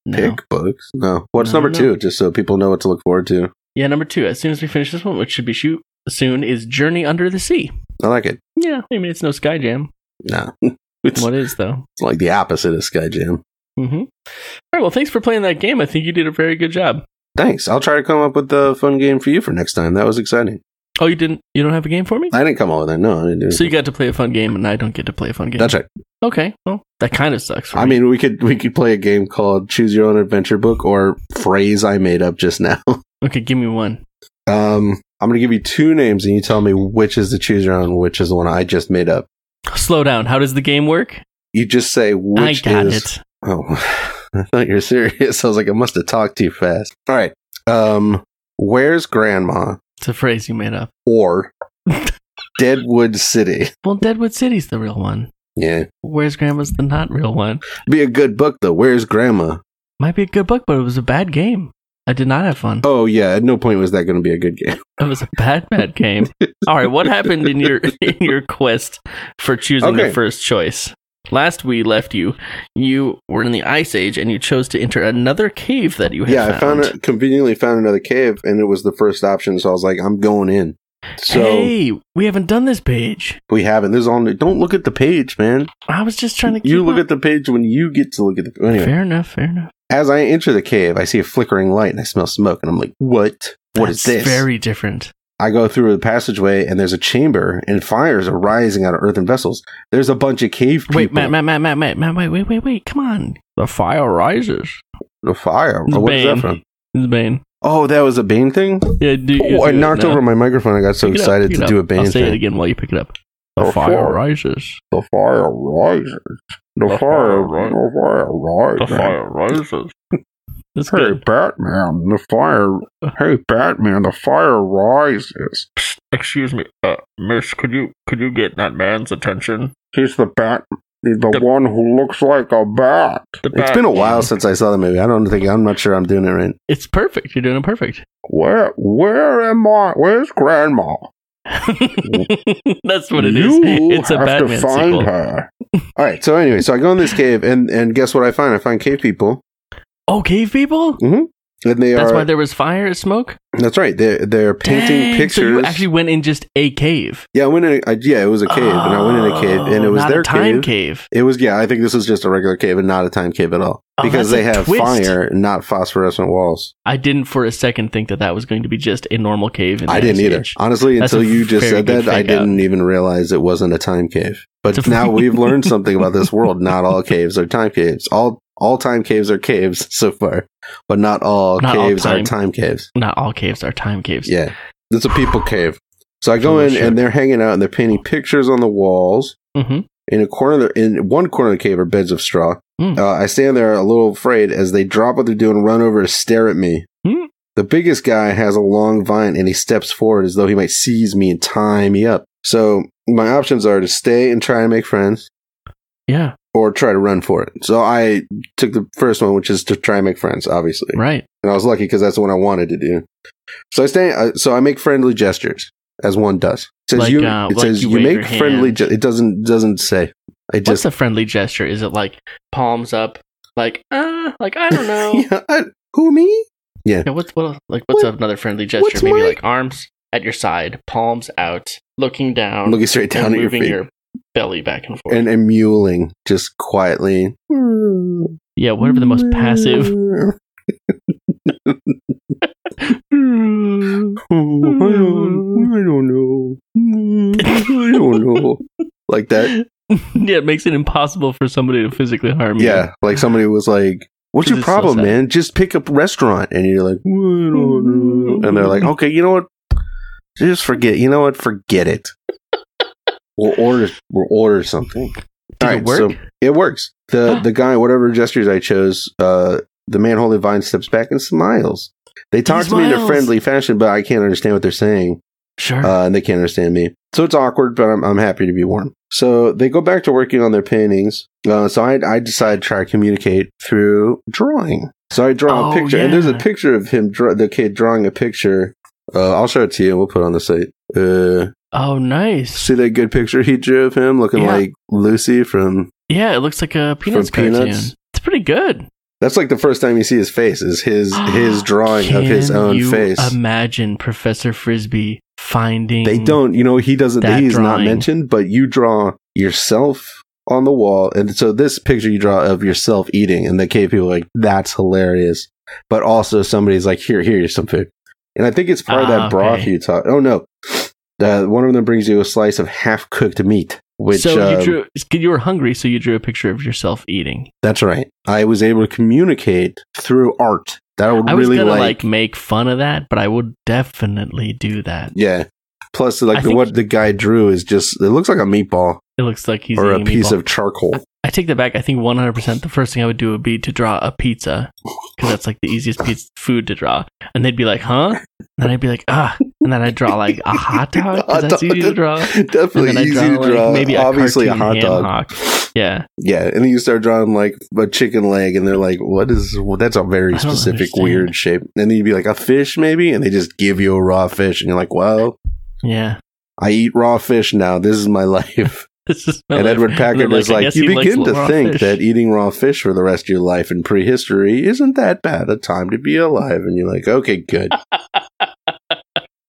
S3: No.
S4: pick books. No. What's
S3: No,
S4: number
S3: no.
S4: two? Just so people know what to look forward to.
S3: Yeah, number two. As soon as we finish this one, which should be shoot soon, is Journey Under the Sea.
S4: I like it.
S3: Yeah, I mean it's no Sky Jam.
S4: No. It's
S3: What is though?
S4: like the opposite of Sky Jam.
S3: Mm-hmm. All right. Well, thanks for playing that game. I think you did a very good job.
S4: Thanks. I'll try to come up with a fun game for you for next time. That was exciting.
S3: Oh, you didn't? You don't have a game for me?
S4: I didn't come up with that. No, I didn't do it.
S3: So you got to play a fun game, and I don't get to play a fun game.
S4: That's right.
S3: okay. Well, that kind of sucks. For
S4: I
S3: me.
S4: mean, we could we could play a game called Choose Your Own Adventure Book or phrase I made up just now.
S3: okay, give me one.
S4: Um, I'm gonna give you two names, and you tell me which is the Choose Your Own, which is the one I just made up.
S3: Slow down. How does the game work?
S4: You just say which
S3: I got
S4: is
S3: it.
S4: Oh, I thought you were serious. I was like, I must have talked too fast. All right. Um, where's Grandma
S3: It's a phrase you made up.
S4: or Deadwood City?
S3: Well, Deadwood City's the real one.
S4: Yeah,
S3: Where's Grandma's the not real one?
S4: be a good book though. Where's Grandma?
S3: Might be a good book, but it was a bad game. I did not have fun.
S4: Oh yeah, at no point was that going to be a good game.
S3: It was a bad, bad game. All right, what happened in your in your quest for choosing the
S4: Okay.
S3: first choice? Last we left you, you were in the Ice Age, and you chose to enter another cave that you had
S4: yeah, I
S3: found.
S4: found it conveniently found another cave, and it was the first option. So I was like, I'm going in. So
S3: hey, we haven't done this page.
S4: we haven't. This is all. new- Don't look at the page, man.
S3: I was just trying to. Keep
S4: You look
S3: up.
S4: at the page when you get to look at the. Anyway,
S3: Fair enough. Fair enough.
S4: as I enter the cave, I see a flickering light and I smell smoke, and I'm like, what? What is
S3: That's
S4: this?
S3: Very different.
S4: I go through the passageway and there's a chamber and fires are rising out of earthen vessels. There's a bunch of cave people.
S3: Wait, Matt, Matt, Matt, Matt, Matt, Matt, wait, wait, wait, wait. Come on. The fire rises.
S4: The fire. Oh, what is
S3: Bane.
S4: that from?
S3: It's Bane.
S4: Oh, that was a Bane thing?
S3: Yeah, do,
S4: Oh, I
S3: do it
S4: knocked
S3: now.
S4: over my microphone. I got so
S3: Pick it up,
S4: excited
S3: pick it
S4: to
S3: up.
S4: do a Bane
S3: I'll say
S4: thing.
S3: it again while you pick it up. The
S4: Oh,
S3: fire
S4: fuck.
S3: rises.
S4: The fire rises. The,
S3: The
S4: fire,
S3: fire ri-
S4: the fire rises.
S3: rises. That's
S4: Hey,
S3: good.
S4: Batman, the fire. Hey, Batman, the fire rises.
S3: Excuse me, uh, Miss. Could you could you get that man's attention?
S4: He's the bat. He's the,
S3: The-
S4: one who looks like a bat. It's been a while since I saw the movie. I don't think I'm not sure I'm doing it right.
S3: It's perfect. You're doing it perfect.
S4: Where where am I? Where's Grandma?
S3: That's what it is. It's a Batman sequel.
S4: her. All right. So anyway, so I go in this cave, and and guess what I find? I find cave people,
S3: Oh, cave people.
S4: Mhm. And they
S3: That's
S4: are.
S3: why there was fire and smoke.
S4: that's right. They're they're painting
S3: Dang,
S4: pictures.
S3: So you actually went in just a cave.
S4: yeah, I went in. A, I, yeah, it was a cave, and I went in a cave, and it
S3: Oh,
S4: was
S3: not
S4: their
S3: a time
S4: cave.
S3: cave.
S4: It was yeah. I think this is just a regular cave and not a time cave at all
S3: Oh,
S4: because
S3: that's
S4: they
S3: a
S4: have
S3: twist.
S4: fire, not phosphorescent walls.
S3: I didn't for a second think that that was going to be just a normal cave. In the
S4: I didn't
S3: Ice
S4: either.
S3: Age.
S4: Honestly,
S3: That's
S4: until
S3: a
S4: you just
S3: very
S4: said
S3: good
S4: that, I
S3: fake out.
S4: didn't even realize it wasn't a time cave. But
S3: It's a-
S4: now we've learned something about this world. Not all caves are time caves. All all time caves are caves so far, but not all
S3: Not all
S4: caves are
S3: time.
S4: time caves.
S3: Not all caves are time caves.
S4: Yeah. It's a people cave. So I go
S3: Oh,
S4: in
S3: sure.
S4: and they're hanging out and they're painting pictures on the walls.
S3: hmm
S4: In a corner, in one corner of the cave are beds of straw.
S3: Hmm.
S4: Uh, I stand there a little afraid as they drop what they're doing, run over, and stare at me.
S3: Hmm.
S4: The biggest guy has a long vine and he steps forward as though he might seize me and tie me up. So my options are to stay and try and make friends
S3: Yeah.
S4: or try to run for it. So I took the first one, which is to try and make friends, obviously.
S3: Right.
S4: and I was lucky because that's the one I wanted to do. So I stay. Uh, so I make friendly gestures as one does. It says
S3: Like,
S4: you.
S3: uh,
S4: it
S3: like
S4: says
S3: you
S4: you,
S3: wave
S4: make
S3: your hand.
S4: friendly. Ge- it doesn't doesn't say. I
S3: What's
S4: just.
S3: a friendly gesture? Is it like palms up? Like ah? like I don't know.
S4: Yeah, I- who me?
S3: Yeah, what's what like what's
S4: What-
S3: another friendly gesture?
S4: what's
S3: Maybe
S4: my-
S3: like arms at your side, palms out, looking down,
S4: I'm looking straight down
S3: and
S4: at your
S3: moving
S4: feet
S3: belly back and forth.
S4: and and mewling just quietly.
S3: yeah, whatever the most passive.
S4: Oh, I don't, I don't know. I don't know. Like that.
S3: yeah, it makes it impossible for somebody to physically harm you.
S4: Yeah. Like somebody was like, What's your
S3: It's so
S4: problem,
S3: sad. Mm-hmm.
S4: man? Just pick a restaurant. And you're like, "I don't know." And they're like, Okay, you know what? Just forget. You know what? Forget it. We'll order we'll order something.
S3: Did it work?
S4: it works. The the guy, whatever gestures I chose, uh the man holding vine steps back and smiles. They talk to me in a
S3: smiles.
S4: friendly fashion, but I can't understand what they're saying
S3: sure.
S4: uh, and they can't understand me. So it's awkward, but I'm, I'm happy to be warm. So they go back to working on their paintings. Uh, so I, I decide to try to communicate through drawing. So I draw
S3: Oh,
S4: a picture, and there's a
S3: yeah.
S4: picture of him, draw, the kid drawing a picture. Uh, I'll show it to you. We'll put it on the site. Uh,
S3: oh, nice.
S4: see that good picture he drew of him looking
S3: Yeah.
S4: like Lucy from.
S3: Yeah, it looks like a peanuts cartoon.
S4: Peanuts?
S3: It's pretty good.
S4: That's like the first time you see his face is his his drawing of his
S3: Can
S4: own
S3: you
S4: face.
S3: Imagine Professor Frisbee finding
S4: They don't, you know, he doesn't,
S3: Mm. that
S4: he's not
S3: drawing.
S4: mentioned, but you draw yourself on the wall. And so this picture you draw of yourself eating, and the cave people are like, that's hilarious. But also somebody's like, here, here, here's some food. And I think it's part of
S3: Ah,
S4: that broth
S3: okay.
S4: you taught. Oh, no. Uh, one of them brings you a slice of half cooked meat, which
S3: so
S4: um,
S3: you drew. You were hungry, so you drew a picture of yourself eating.
S4: that's right. I was able to communicate through art that I would
S3: I was
S4: really
S3: gonna like,
S4: like.
S3: make fun of that, but I would definitely do that.
S4: yeah. Plus, like
S3: I
S4: the,
S3: think-
S4: what the guy drew is just, it looks like a meatball
S3: It looks like he's
S4: or a
S3: eating
S4: piece
S3: meatball.
S4: of charcoal.
S3: I take that back. I think 100% the first thing I would do would be to draw a pizza because that's like the easiest piece food to draw. And they'd be like, huh? And then I'd be like, ah. And then I'd draw like a hot dog
S4: Hot
S3: because that's
S4: dog.
S3: easy to draw.
S4: Definitely
S3: And then I
S4: easy
S3: draw,
S4: to
S3: like,
S4: draw.
S3: maybe a
S4: obviously a hot
S3: cartoon
S4: dog.
S3: ham Yeah.
S4: Yeah, and then you start drawing like a chicken leg, and they're like, "What is? Well, that's a very
S3: I don't
S4: specific
S3: understand.
S4: weird shape." And then you'd be like, "A fish, maybe?" And they just give you a raw fish, and you're like, "Well,
S3: Yeah.
S4: I eat raw fish now. This is my life."
S3: This is my
S4: and
S3: life.
S4: Edward
S3: And
S4: Packard
S3: then,
S4: was
S3: I
S4: like,
S3: guess
S4: "You
S3: he likes
S4: begin to
S3: raw
S4: think
S3: fish."
S4: that eating raw fish for the rest of your life in prehistory isn't that bad a time to be alive," and you're like, "Okay, good."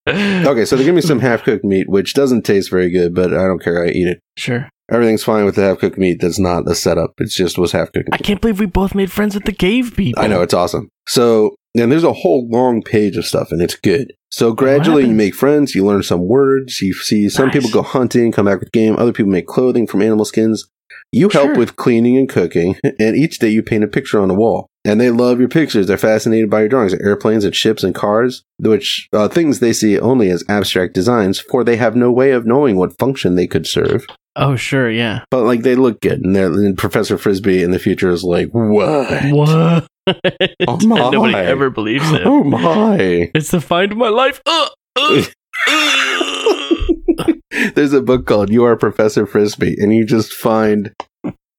S4: okay, so they give me some half cooked meat, which doesn't taste very good, but I don't care. I eat it.
S3: Sure.
S4: Everything's fine with the half cooked meat. That's not a setup. It's just was half cooked.
S3: I can't believe we both made friends with the cave people.
S4: I know it's awesome. So and there's a whole long page of stuff, and it's good. So gradually, you
S3: happens?
S4: make friends. You learn some words. You see some
S3: Nice.
S4: people go hunting, come back with game. Other people make clothing from animal skins. You help
S3: Sure.
S4: with cleaning and cooking, and each day you paint a picture on the wall. And they love your pictures. They're fascinated by your drawings, airplanes and ships and cars, which uh, things they see only as abstract designs, for they have no way of knowing what function they could serve.
S3: Oh, sure. Yeah.
S4: But like they look good, and, they're, and Professor Frisbee in the future is like, what?
S3: What?
S4: Oh,
S3: And Nobody
S4: my.
S3: ever believes it.
S4: Oh my!
S3: It's the find of my life. Uh, uh, uh.
S4: There's a book called "You Are Professor Frisbee," and you just find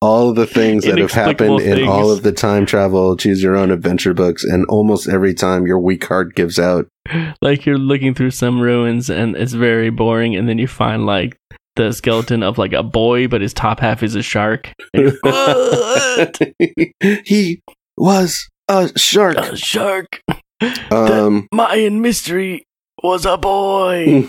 S4: all of the things that have
S3: Inexplicable
S4: happened in all
S3: things.
S4: of the time travel, choose your own adventure books, and almost every time your weak heart gives out.
S3: like you're looking through some ruins and it's very boring, and then you find like the skeleton of like a boy, but his top half is a shark. And you're, "What?
S4: he was a shark. Uh,
S3: a shark.
S4: Um,
S3: Mayan mystery was a boy.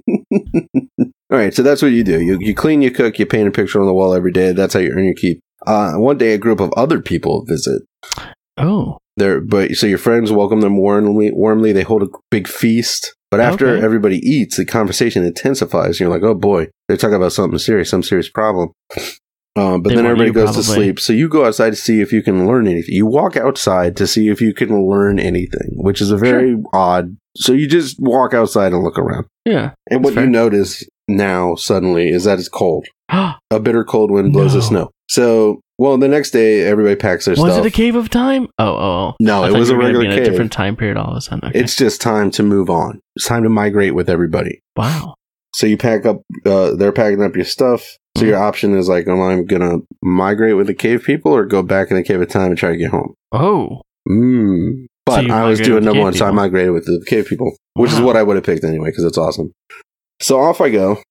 S4: All right, so that's what you do. You, you clean, you cook, you paint a picture on the wall every day. That's how you earn your keep. Uh, one day, a group of other people visit. Hmm.
S3: Oh,
S4: There, but so your friends welcome them warmly. Warmly, they hold a big feast. But after
S3: Okay.
S4: everybody eats, the conversation intensifies. And you're like, oh boy, they're talking about something serious, some serious problem. Uh, but
S3: They
S4: then
S3: want
S4: everybody
S3: you,
S4: goes to
S3: probably.
S4: sleep. So you go outside to see if you can learn anything. You walk outside to see if you can learn anything, which is a very odd. So you just walk outside and look around.
S3: yeah.
S4: And what
S3: That's
S4: you
S3: fair.
S4: notice now suddenly is that it's cold. A bitter cold wind blows the
S3: No.
S4: snow. So, well, the next day everybody packs their
S3: was
S4: stuff.
S3: it a cave of time? Oh, oh. oh.
S4: no,
S3: I
S4: it
S3: thought
S4: was
S3: you
S4: a
S3: were gonna be
S4: regular
S3: in
S4: cave.
S3: A different time period all of a sudden. Okay.
S4: It's just time to move on. It's time to migrate with everybody.
S3: wow.
S4: So you pack up. Uh, they're packing up your stuff.
S3: Mm-hmm.
S4: So your option is like, am I gonna migrate with the cave people or go back in the cave of time and try to get home?
S3: Oh,
S4: Mm. But
S3: you
S4: I was
S3: migrated
S4: doing
S3: with
S4: number
S3: cave
S4: one, so I
S3: people. Uh-huh.
S4: migrated with the cave people, which is
S3: Wow.
S4: what I would have picked anyway, because it's awesome. So off I go.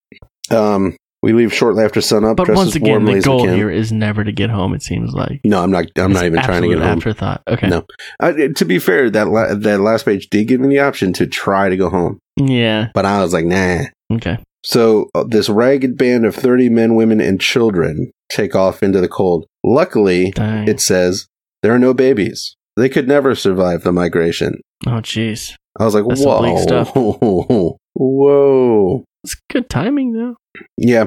S4: Um, we leave shortly after sunup.
S3: but
S4: dressed
S3: once
S4: as
S3: again,
S4: warmly
S3: the
S4: as we
S3: goal
S4: can.
S3: here is never to get home. It seems like
S4: No, I'm not. I'm
S3: It's
S4: not even trying to
S3: absolute
S4: get home.
S3: Afterthought. Okay.
S4: No. I, to be fair, that la- that last page did give me the option to try to go home,
S3: Yeah.
S4: but I was like, nah.
S3: Okay.
S4: So uh, this ragged band of thirty men, women, and children take off into the cold. Luckily,
S3: Dang.
S4: it says there are no babies. They could never survive the migration.
S3: oh, jeez.
S4: I was like,
S3: That's some bleak stuff.
S4: whoa, whoa.
S3: It's good timing though.
S4: Yeah.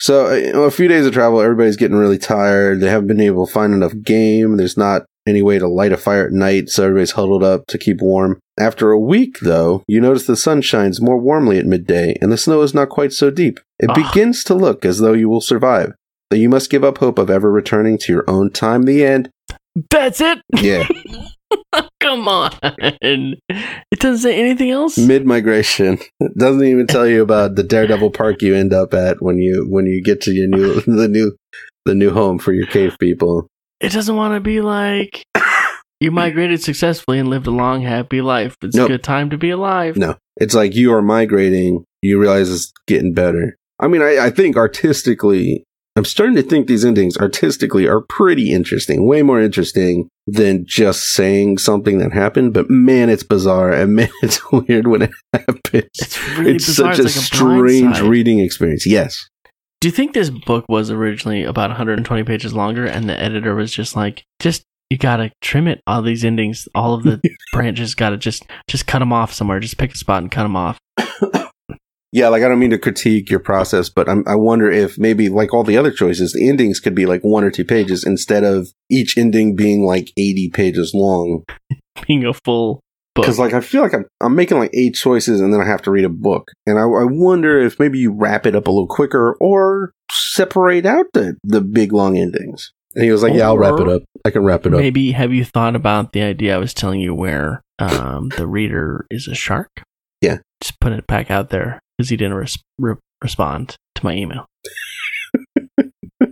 S4: So uh, a few days of travel, everybody's getting really tired. They haven't been able to find enough game. There's not any way to light a fire at night, so everybody's huddled up to keep warm. After a week, though, you notice the sun shines more warmly at midday, and the snow is not quite so deep. It
S3: Ah.
S4: begins to look as though you will survive, though you must give up hope of ever returning to your own time. The end.
S3: That's it.
S4: Yeah,
S3: Come on. It doesn't say anything else.
S4: mid migration doesn't even tell you about the daredevil park you end up at when you when you get to your new the new the new home for your cave people.
S3: it doesn't want to be like you migrated successfully and lived a long, happy life. It's
S4: Nope.
S3: a good time to be alive.
S4: No, it's like you are migrating. You realize it's getting better. I mean, I, I think artistically, I'm starting to think these endings artistically are pretty interesting, way more interesting than just saying something that happened. But man, it's bizarre and man, it's weird when it happens. It's,
S3: It's really bizarre.
S4: such a,
S3: it's like a
S4: strange
S3: strange read.
S4: reading experience. Yes.
S3: Do you think this book was originally about 120 pages longer, and the editor was just like, just you gotta trim it. All these endings, all of the branches, gotta just just cut them off somewhere. Just pick a spot and cut them off.
S4: Yeah, like I don't mean to critique your process, but I'm, I wonder if maybe, like all the other choices, the endings could be like one or two pages instead of each ending being like 80 pages long.
S3: Being a full book.
S4: Because like I feel like I'm, I'm making like eight choices and then I have to read a book, and I, I wonder if maybe you wrap it up a little quicker or separate out the the big long endings. And he was like, "Yeah, I'll wrap it up. I can wrap it up."
S3: Maybe have you thought about the idea I was telling you where um, the reader is a shark?
S4: Yeah.
S3: Just put it back out there because he didn't res- re- respond to my email.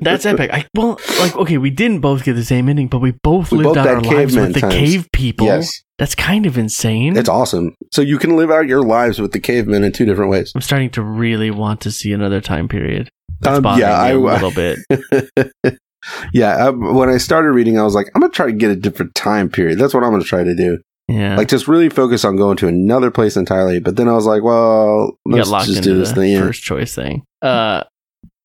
S3: That's epic. I, well, like, okay, we didn't both get the same ending, but we both
S4: We
S3: lived
S4: both
S3: out
S4: had
S3: our lives
S4: caveman
S3: with the
S4: times.
S3: cave people.
S4: Yes,
S3: That's kind of insane.
S4: it's awesome. So you can live out your lives with the cavemen in two different ways.
S3: I'm starting to really want to see another time period. That's
S4: Um,
S3: bothering
S4: yeah,
S3: me a
S4: I-
S3: little bit.
S4: yeah, I, when I started reading, I was like, "I'm gonna try to get a different time period." That's what I'm gonna try to do.
S3: Yeah.
S4: Like, just really focus on going to another place entirely. But then I was like, "Well,
S3: You
S4: let's
S3: got locked
S4: just
S3: into
S4: do this
S3: the
S4: thing." Yeah.
S3: first choice thing. Uh,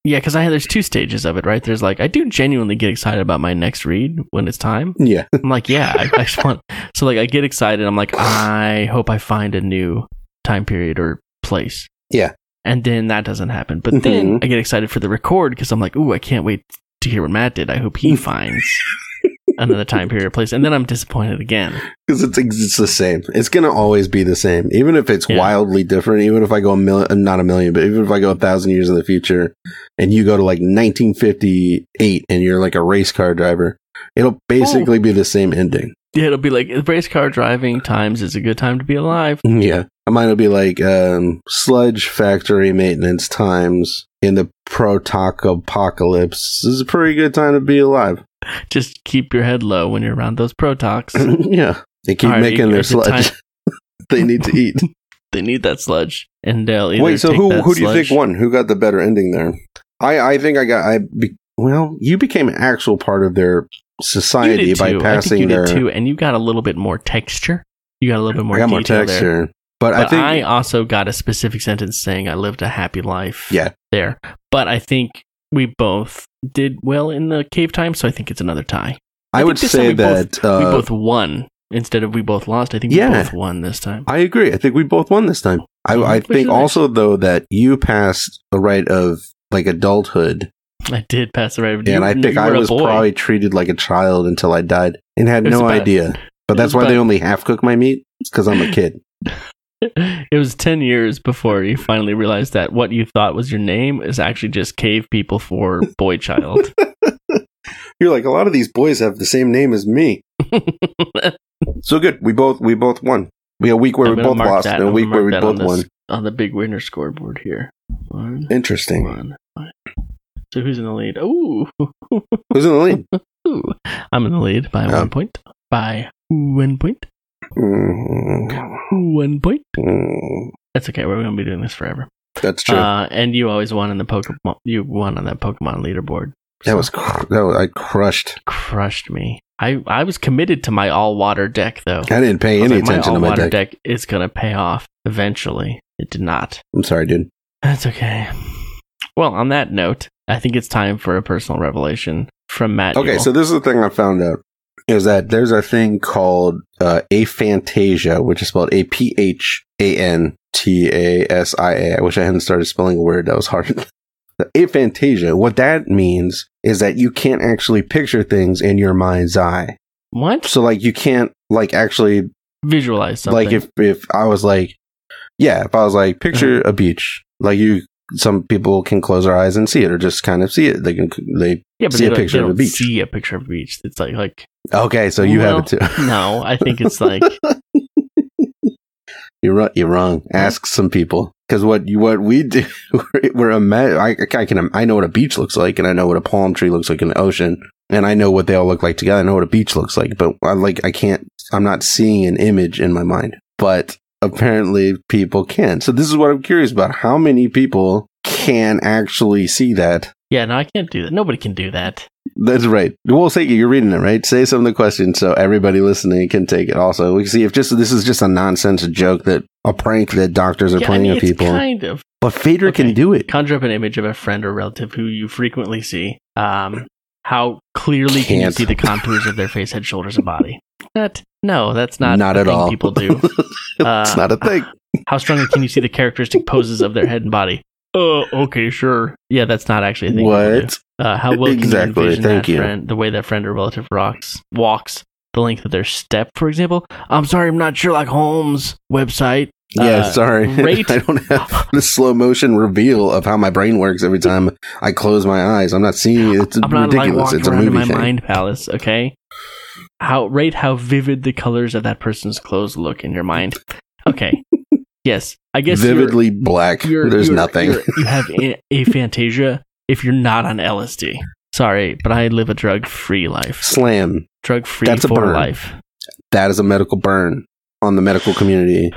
S3: yeah, because I there's two stages of it, right? There's like I do genuinely get excited about my next read when it's time.
S4: yeah,
S3: I'm like, yeah, I, I just want. So like I get excited. I'm like, I hope I find a new time period or place.
S4: Yeah. Mm-hmm.
S3: And then that doesn't happen. But then I get excited for the record because I'm like, ooh, I can't wait to hear what Matt did. I hope he finds another time period or place. And then I'm disappointed again.
S4: Because it's it's the same. It's gonna always be the same, even if it's
S3: Yeah.
S4: wildly different. Even if I go a million, not a million, but even if I go a thousand years in the future, and you go to like 1958, and you're like a race car driver, it'll basically
S3: Oh.
S4: be the same ending.
S3: Yeah, it'll be like race car driving times is a good time to be alive.
S4: Yeah, mine will be like um, sludge factory maintenance times in the protoc apocalypse. This is a pretty good time to be alive.
S3: just keep your head low when you're around those protox.
S4: yeah, they keep
S3: All right,
S4: making their
S3: it's a time-
S4: sludge. they need to eat.
S3: they need that sludge, and they'll either
S4: Wait, so
S3: take
S4: who
S3: that
S4: who do you
S3: sludge-
S4: think won? Who got the better ending there? I I think I got I. Be- well, you became an actual part of their society
S3: you did
S4: by
S3: too.
S4: passing
S3: I think you
S4: their.
S3: did too, and you got a little bit more texture. You got a little bit more
S4: I got more
S3: detail there.
S4: texture, but,
S3: But
S4: I think
S3: I also got a specific sentence saying I lived a happy life.
S4: Yeah.
S3: There. But I think we both did well in the cave time, so I think it's another tie.
S4: I,
S3: I
S4: would
S3: think this time
S4: say
S3: we both-
S4: that uh,
S3: we both won instead of we both lost. I think we
S4: Yeah.
S3: both won this time.
S4: I agree. I think we both won this time. I, I
S3: Which is
S4: think
S3: nice.
S4: also though that you passed the right of like adulthood,
S3: I did pass the right of
S4: and I think I was probably treated like a child until I died and had
S3: It was
S4: no
S3: about-
S4: idea. But that's
S3: it was
S4: why they
S3: about-
S4: only half cook my meat because I'm a kid.
S3: It was 10 years before you finally realized that what you thought was your name is actually just cave people for boy child.
S4: You're like a lot of these boys have the same name as me. So good. We both we both won. We had a week where
S3: I'm
S4: we
S3: gonna
S4: both
S3: mark
S4: lost
S3: that.
S4: and a
S3: I'm
S4: week
S3: gonna mark
S4: where we
S3: that
S4: both
S3: on
S4: won.
S3: this- on the big winner scoreboard here. One,
S4: Interesting.
S3: one, one. So who's in the lead? Ooh,
S4: Who's in the lead?
S3: Ooh. I'm in the lead by
S4: Yeah.
S3: one point. By one point.
S4: Mm,
S3: One point.
S4: mm,
S3: That's okay. We're gonna be doing this forever.
S4: that's true.
S3: Uh, and you always won in the Pokemon. You won on that Pokemon leaderboard.
S4: that was cr- that was, I crushed.
S3: crushed me. I I was committed to my all water deck though.
S4: I didn't
S3: I
S4: pay
S3: was
S4: any
S3: like,
S4: attention
S3: my
S4: to
S3: all
S4: my
S3: water
S4: deck.
S3: deck is gonna pay off eventually. It did not.
S4: I'm sorry, dude.
S3: That's okay. Well, on that note, I think it's time for a personal revelation from Matt.
S4: Okay,
S3: Ewell.
S4: so this is the thing I found out is that there's a thing called uh, aphantasia, which is spelled A P H A N T A S I A. I wish I hadn't started spelling a word that was hard. The aphantasia, what that means is that you can't actually picture things in your mind's eye.
S3: what
S4: So, like, you can't like actually
S3: visualize something?
S4: like if if I was like, yeah, if I was like, picture a beach, like you. Some people can close their eyes and see it, or just kind of see it. They can they
S3: yeah, but
S4: see
S3: they
S4: a
S3: don't-
S4: picture
S3: they
S4: of a
S3: don't
S4: beach.
S3: See a picture of a beach. It's like like
S4: okay. So you have it too.
S3: no. I think it's like
S4: You're right. You're wrong. Ask some people because what you what we do we're, we're ima- I, I can I know what a beach looks like and I know what a palm tree looks like in the ocean and I know what they all look like together. I know what a beach looks like, but I like I can't. I'm not seeing an image in my mind, but apparently people can. So this is what I'm curious about: how many people can actually see that?
S3: yeah. No, I can't do that. Nobody can do that.
S4: That's right. Well, say you're reading it, right? Say some of the questions so everybody listening can take it. Also, we can see if just this is just a nonsense joke that a prank that doctors are
S3: yeah, I
S4: playing
S3: mean,
S4: at
S3: it's
S4: people.
S3: kind of
S4: but Fader
S3: Okay.
S4: can do it.
S3: conjure up an image of a friend or relative who you frequently see. Um, how clearly can you
S4: Can't.
S3: see the contours of their face, head, shoulders, and body? That no, that's not
S4: Not
S3: a
S4: at
S3: thing
S4: all.
S3: People do. Uh,
S4: it's not a thing.
S3: How strongly can you see the characteristic poses of their head and body? Oh, okay, sure. Yeah, that's not actually a thing. people do.
S4: What?
S3: Uh, how well can
S4: Exactly,
S3: you envision
S4: thank
S3: that
S4: you.
S3: friend, the way that friend or relative rocks, walks, the length of their step, for example? I'm sorry, I'm not Sherlock Holmes website.
S4: Yeah,
S3: Uh,
S4: sorry.
S3: rate-
S4: I don't have the slow motion reveal of how my brain works every time I close my eyes. I'm not seeing it. It's
S3: I'm not like
S4: ridiculous.
S3: walking
S4: It's a
S3: around in my
S4: movie thing.
S3: mind palace, okay? How rate how vivid the colors of that person's clothes look in your mind. Okay. yes. I guess you're-
S4: Vividly black.
S3: you're-
S4: There's
S3: you're-
S4: nothing.
S3: you're- you have a- aphantasia if you're not on LSD. Sorry, but I live a drug free life.
S4: Slam.
S3: Drug free
S4: That's a
S3: for
S4: burn.
S3: life.
S4: That is a medical burn on the medical community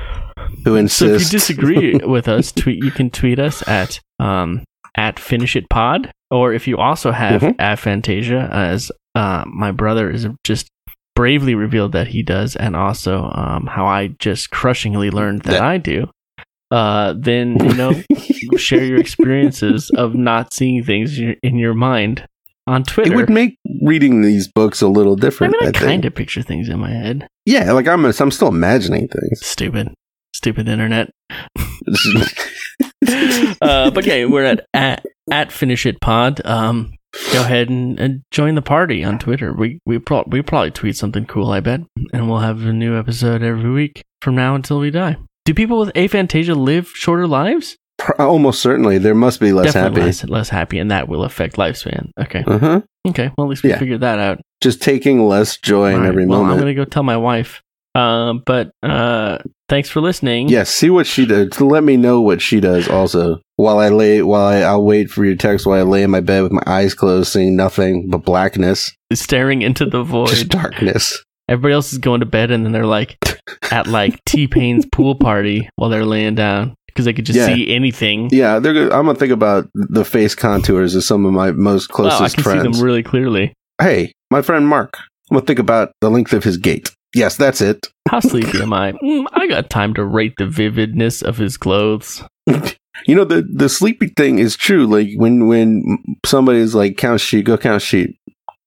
S3: So if
S4: who
S3: you
S4: insists.
S3: disagree with us, tweet you can tweet us at um at finish it pod, or if you also have
S4: Mhm.
S3: aphantasia, as uh, my brother is just bravely revealed that he does, and also um, how I just crushingly learned that,
S4: That-
S3: I do. Uh, then you know, share your experiences of not seeing things in your, in your mind on Twitter.
S4: It would make reading these books a little
S3: I
S4: different.
S3: mean, I kind
S4: of.
S3: of picture things in my head.
S4: Yeah, like I'm, I'm still imagining things.
S3: Stupid, stupid internet. uh, but yeah, we're at, at at finish it pod. Um, go ahead and, and join the party on Twitter. We we pro- we probably tweet something cool, I bet, and we'll have a new episode every week from now until we die. Do people with aphantasia live shorter lives?
S4: Pro- Almost certainly, there must be less
S3: Definitely
S4: happy.
S3: less less happy, and that will affect lifespan. Okay,
S4: Uh huh.
S3: okay. Well, at least we
S4: Yeah.
S3: figured that out.
S4: Just taking less joy
S3: All
S4: in
S3: right,
S4: every
S3: well, I'm
S4: moment.
S3: gonna go tell my wife. Um, but uh, thanks for listening.
S4: Yes, see what she does. Let me know what she does. Also, while I lay, while I, I'll wait for your text. While I lay in my bed with my eyes closed, seeing nothing but blackness,
S3: staring into the void.
S4: just darkness.
S3: Everybody else is going to bed, and then they're like at like T Pain's pool party while they're laying down because they could just
S4: Yeah.
S3: see anything.
S4: Yeah, they're. Gonna, I'm gonna think about the face contours of some of my most
S3: Wow, I
S4: closest
S3: can see
S4: friends.
S3: them really clearly.
S4: hey, My friend Mark. I'm gonna think about the length of his gait. Yes, that's it.
S3: How sleepy am I? Mm, I got time to rate the vividness of his clothes.
S4: You know the the sleepy thing is true. Like when when somebody's like count sheep, go count sheep.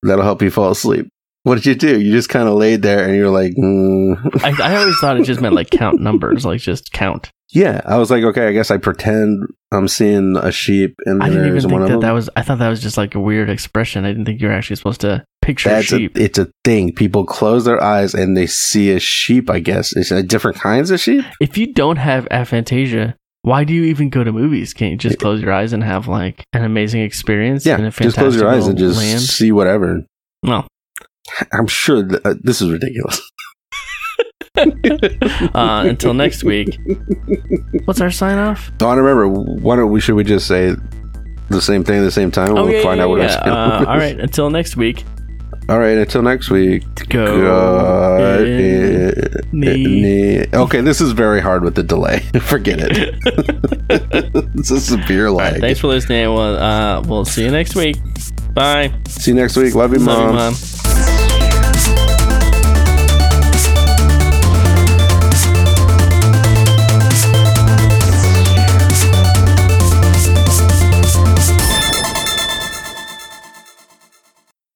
S4: That'll help you fall asleep. What did you do? You just kind of laid there and you're like, mm.
S3: I, I always thought it just meant like count numbers, like just count.
S4: yeah. I was like, okay, I guess I pretend I'm seeing a sheep and
S3: I
S4: there's
S3: didn't even
S4: one
S3: think
S4: of
S3: that
S4: them.
S3: that was. I thought that was just like a weird expression. I didn't think you were actually supposed to picture
S4: That's a,
S3: sheep.
S4: it's a thing. People close their eyes and they see a sheep. I guess it's uh, different kinds of sheep.
S3: if you don't have aphantasia, why do you even go to movies? Can't you just close your eyes and have like an amazing experience?
S4: Yeah,
S3: in a
S4: just close your eyes and just
S3: land?
S4: see whatever.
S3: No.
S4: I'm sure th- uh, this is ridiculous.
S3: Uh, until next week. What's our sign off?
S4: Don't remember. Why don't we? Should we just say the same thing at the same time? and we'll find out what our
S3: Oh, yeah.
S4: sound
S3: Uh,
S4: is.
S3: all right. Until next week.
S4: All right. Until next week.
S3: Go.
S4: God,
S3: in
S4: eh, eh,
S3: the-
S4: nee. Okay, this is very hard with the delay. Forget it. it's a severe
S3: All right,
S4: lag.
S3: thanks for listening. We'll, uh, we'll see you next week. Bye.
S4: See you next week. Love you,
S3: Love you,
S4: mom.
S3: mom.